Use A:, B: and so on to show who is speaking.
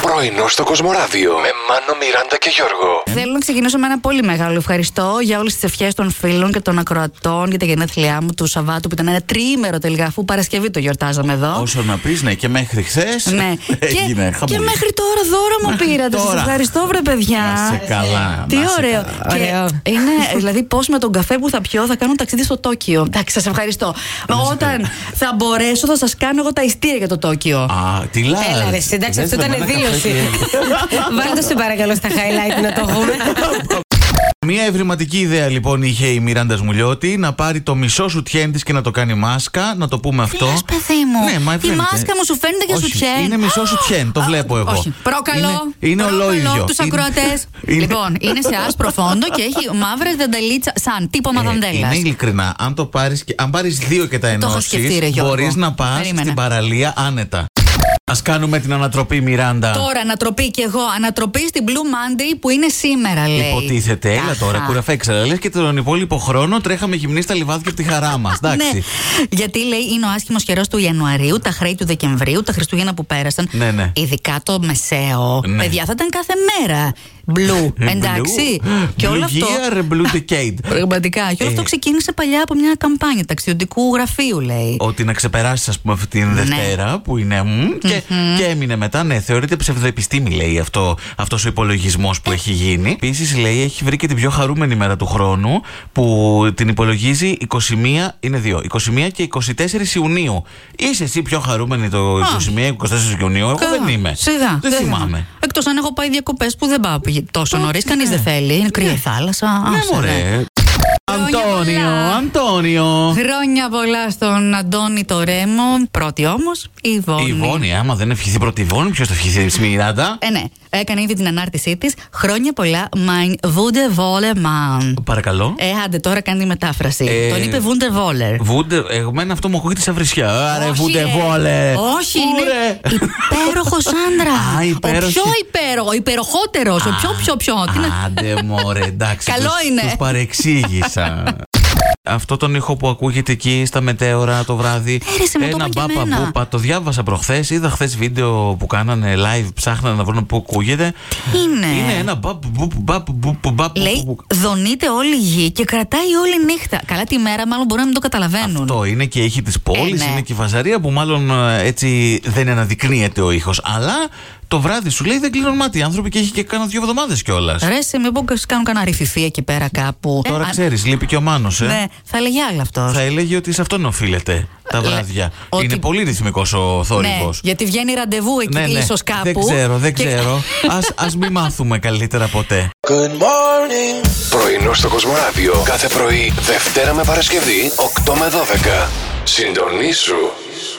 A: Πρωινό στο Κοσμοράδιο με Μάνο, Μιράντα και Γιώργο.
B: Θέλω να ξεκινήσω με ένα πολύ μεγάλο ευχαριστώ για όλες τις ευχές των φίλων και των ακροατών για τα γενέθλιά μου του Σαββάτου που ήταν ένα τρίμερο τελικά, αφού Παρασκευή το γιορτάζαμε εδώ.
C: Όσο να πεις, ναι, και μέχρι χθες.
B: Ναι.
C: έγινε
B: και, και
C: χαμούλη.
B: μέχρι τώρα δώρο μου πήρατε. Σας
C: τώρα.
B: ευχαριστώ, βρε παιδιά.
C: Να σε καλά,
B: Τι
C: να σε
B: ωραίο.
C: καλά.
B: Και είναι, δηλαδή, πώς με τον καφέ που θα πιω θα κάνω ταξίδι στο Τόκιο. Εντάξει, σας ευχαριστώ. Όταν θα μπορέσω, θα σας κάνω εγώ τα ειστήρια για το Τόκιο.
C: Α, τι λάθο.
D: Έλα ρε, εντάξει, αυτό ήταν δήλωση. Βάλτε το σε παρακαλώ στα highlight να το έχουμε.
C: Μια ευρηματική ιδέα λοιπόν είχε η Μιράντα Μουλιώτη να πάρει το μισό σουτιέν της και να το κάνει μάσκα, να το πούμε αυτό.
B: λες, παιδί μου?
C: Ναι, μα
B: Η
C: φαίνεται.
B: μάσκα μου σου φαίνεται και
C: Όχι,
B: σουτιέν.
C: Είναι μισό σουτιέν, το βλέπω εγώ.
B: Όχι. Προκαλώ.
C: Είναι, είναι
B: προκαλώ
C: ολόιδιο.
B: Τους
C: Είναι-
B: ακροατές.
C: είναι-
B: Λοιπόν, είναι σε άσπρο φόντο και έχει μαύρες δανταλίτσα. Σαν τύπο
C: Ε,
B: μαδανδέλα.
C: είναι ειλικρινά. Αν, το πάρεις, και- αν πάρεις δύο και τα
B: έχω σκεφτεί, ρε
C: ενώσεις,
B: Γιώργο.
C: μπορείς να πας
B: Περίμενε.
C: στην παραλία άνετα. Ας κάνουμε την ανατροπή, Μιράντα.
B: Τώρα ανατροπή κι εγώ. Ανατροπή στην Blue Monday που είναι σήμερα, λέει.
C: Υποτίθεται, έλα τώρα,
B: Αχα.
C: κουραφέξα. Λες και τον υπόλοιπο χρόνο τρέχαμε γυμνής στα λιβάδια από τη χαρά μας.
B: Ναι,
C: Εντάξει.
B: γιατί λέει είναι ο άσχημος καιρός του Ιανουαρίου, τα χρέη του Δεκεμβρίου, τα Χριστούγεννα που πέρασαν.
C: Ναι, ναι.
B: Ειδικά το μεσαίο.
C: Ναι. Ε,
B: Παιδιά θα ήταν κάθε μέρα. Μπλου. Εντάξει. και όλο αυτό.
C: Blue Gear, Blue Decade.
B: Πραγματικά.
C: Ε.
B: Και όλο αυτό ξεκίνησε παλιά από μια καμπάνια ταξιδιωτικού γραφείου, λέει.
C: Ότι να ξεπεράσεις, ας πούμε, αυτή
B: Ναι.
C: την Δευτέρα που είναι. μμ, και, και έμεινε μετά. Ναι, θεωρείται ψευδοεπιστήμη, λέει αυτό αυτός ο υπολογισμός που έχει γίνει. Επίσης, λέει, έχει βρει και την πιο χαρούμενη μέρα του χρόνου που την υπολογίζει 21, είναι 2, 21 και 24 Ιουνίου. Είσαι εσύ πιο χαρούμενη το 21-24 Ιουνίου. Εγώ δεν είμαι.
B: Σιγά.
C: Δεν θυμάμαι.
B: Εκτός αν έχω πάει διακοπές που δεν πάω πηγε- τόσο νωρί. Κανεί δεν θέλει. Είναι κρύα η θάλασσα.
C: Ναι,
B: Άσε, ναι.
C: μωρέ.
B: Χρόνια
C: Αντώνιο,
B: πολλά.
C: Αντώνιο.
B: Χρόνια πολλά στον Αντώνη το Ρέμο. Πρώτη όμως, η Ιβόνη.
C: Η Βόνη, άμα δεν ευχηθεί πρώτη η Βόνη, ποιος θα ευχηθεί στη Μιράντα.
B: Ε, ναι, έκανε ήδη την ανάρτησή της. Χρόνια πολλά, mein Wundervollemann.
C: Παρακαλώ.
B: Ε, άντε τώρα κάνει τη μετάφραση.
C: Ε,
B: Τον είπε Wundervoller.
C: Βούντε, εμένα αυτό μου ακούγεται σαν βρισιά. Άρε,
B: Όχι,
C: βούντε
B: ρε.
C: βόλε.
B: Όχι, είναι
C: Ούρε.
B: υπέροχο
C: Α,
B: άντρα. Ο
C: υπέροχη.
B: πιο υπέροχο, υπεροχότερος. Ο πιο πιο πιο. Τι να-
C: Άντε, μωρέ, εντάξει.
B: Καλό
C: τους-
B: είναι.
C: Τους παρεξήγησα. Αυτό τον ήχο που ακούγεται εκεί στα μετέωρα το βράδυ.
B: Έρεσε, μου το
C: ένα
B: είπαν και
C: μπάπα
B: εμένα.
C: μπούπα. Το διάβασα προχθές. Είδα χθες βίντεο που κάνανε live. Ψάχνανε να βρουν πού ακούγεται.
B: Είναι.
C: Είναι ένα μπαπ, μπουπ, μπαπ, μπουπ, μπαπ,
B: ναι. Λέει,
C: μπουπ.
B: δονείται όλη η γη και κρατάει όλη νύχτα. Καλά τη μέρα, μάλλον μπορεί να μην το καταλαβαίνουν.
C: Αυτό είναι και η ήχη της πόλης,
B: Ναι, Ε, ναι.
C: είναι και η φασαρία που μάλλον ε, έτσι δεν αναδεικνύεται ο ήχος. Αλλά το βράδυ σου λέει δεν κλείνουν μάτι οι άνθρωποι και έχει και κάνα δύο εβδομάδες κιόλας.
B: Ρε, σε μήπω κάνουν κανένα ρηφιφί εκεί πέρα κάπου.
C: Τώρα
B: αν-
C: ξέρεις, λείπει και ο Μάνος, ε.
B: Ναι, θα έλεγε άλλο αυτός.
C: Θα έλεγε ότι σε αυτόν οφείλεται τα
B: Λε-
C: βράδια.
B: Ε, ότι-
C: Είναι πολύ ρυθμικός ο θόρυβος.
B: Ναι, γιατί βγαίνει ραντεβού εκεί, ναι, ίσω κάπου.
C: Δεν ξέρω, δεν
B: Και-
C: ξέρω. Ας, ας μην μάθουμε καλύτερα ποτέ.
A: Πρωινό στο Κοσμοράδιο κάθε πρωί, Δευτέρα με Παρασκευή, 8 με 12. Συντονίσου.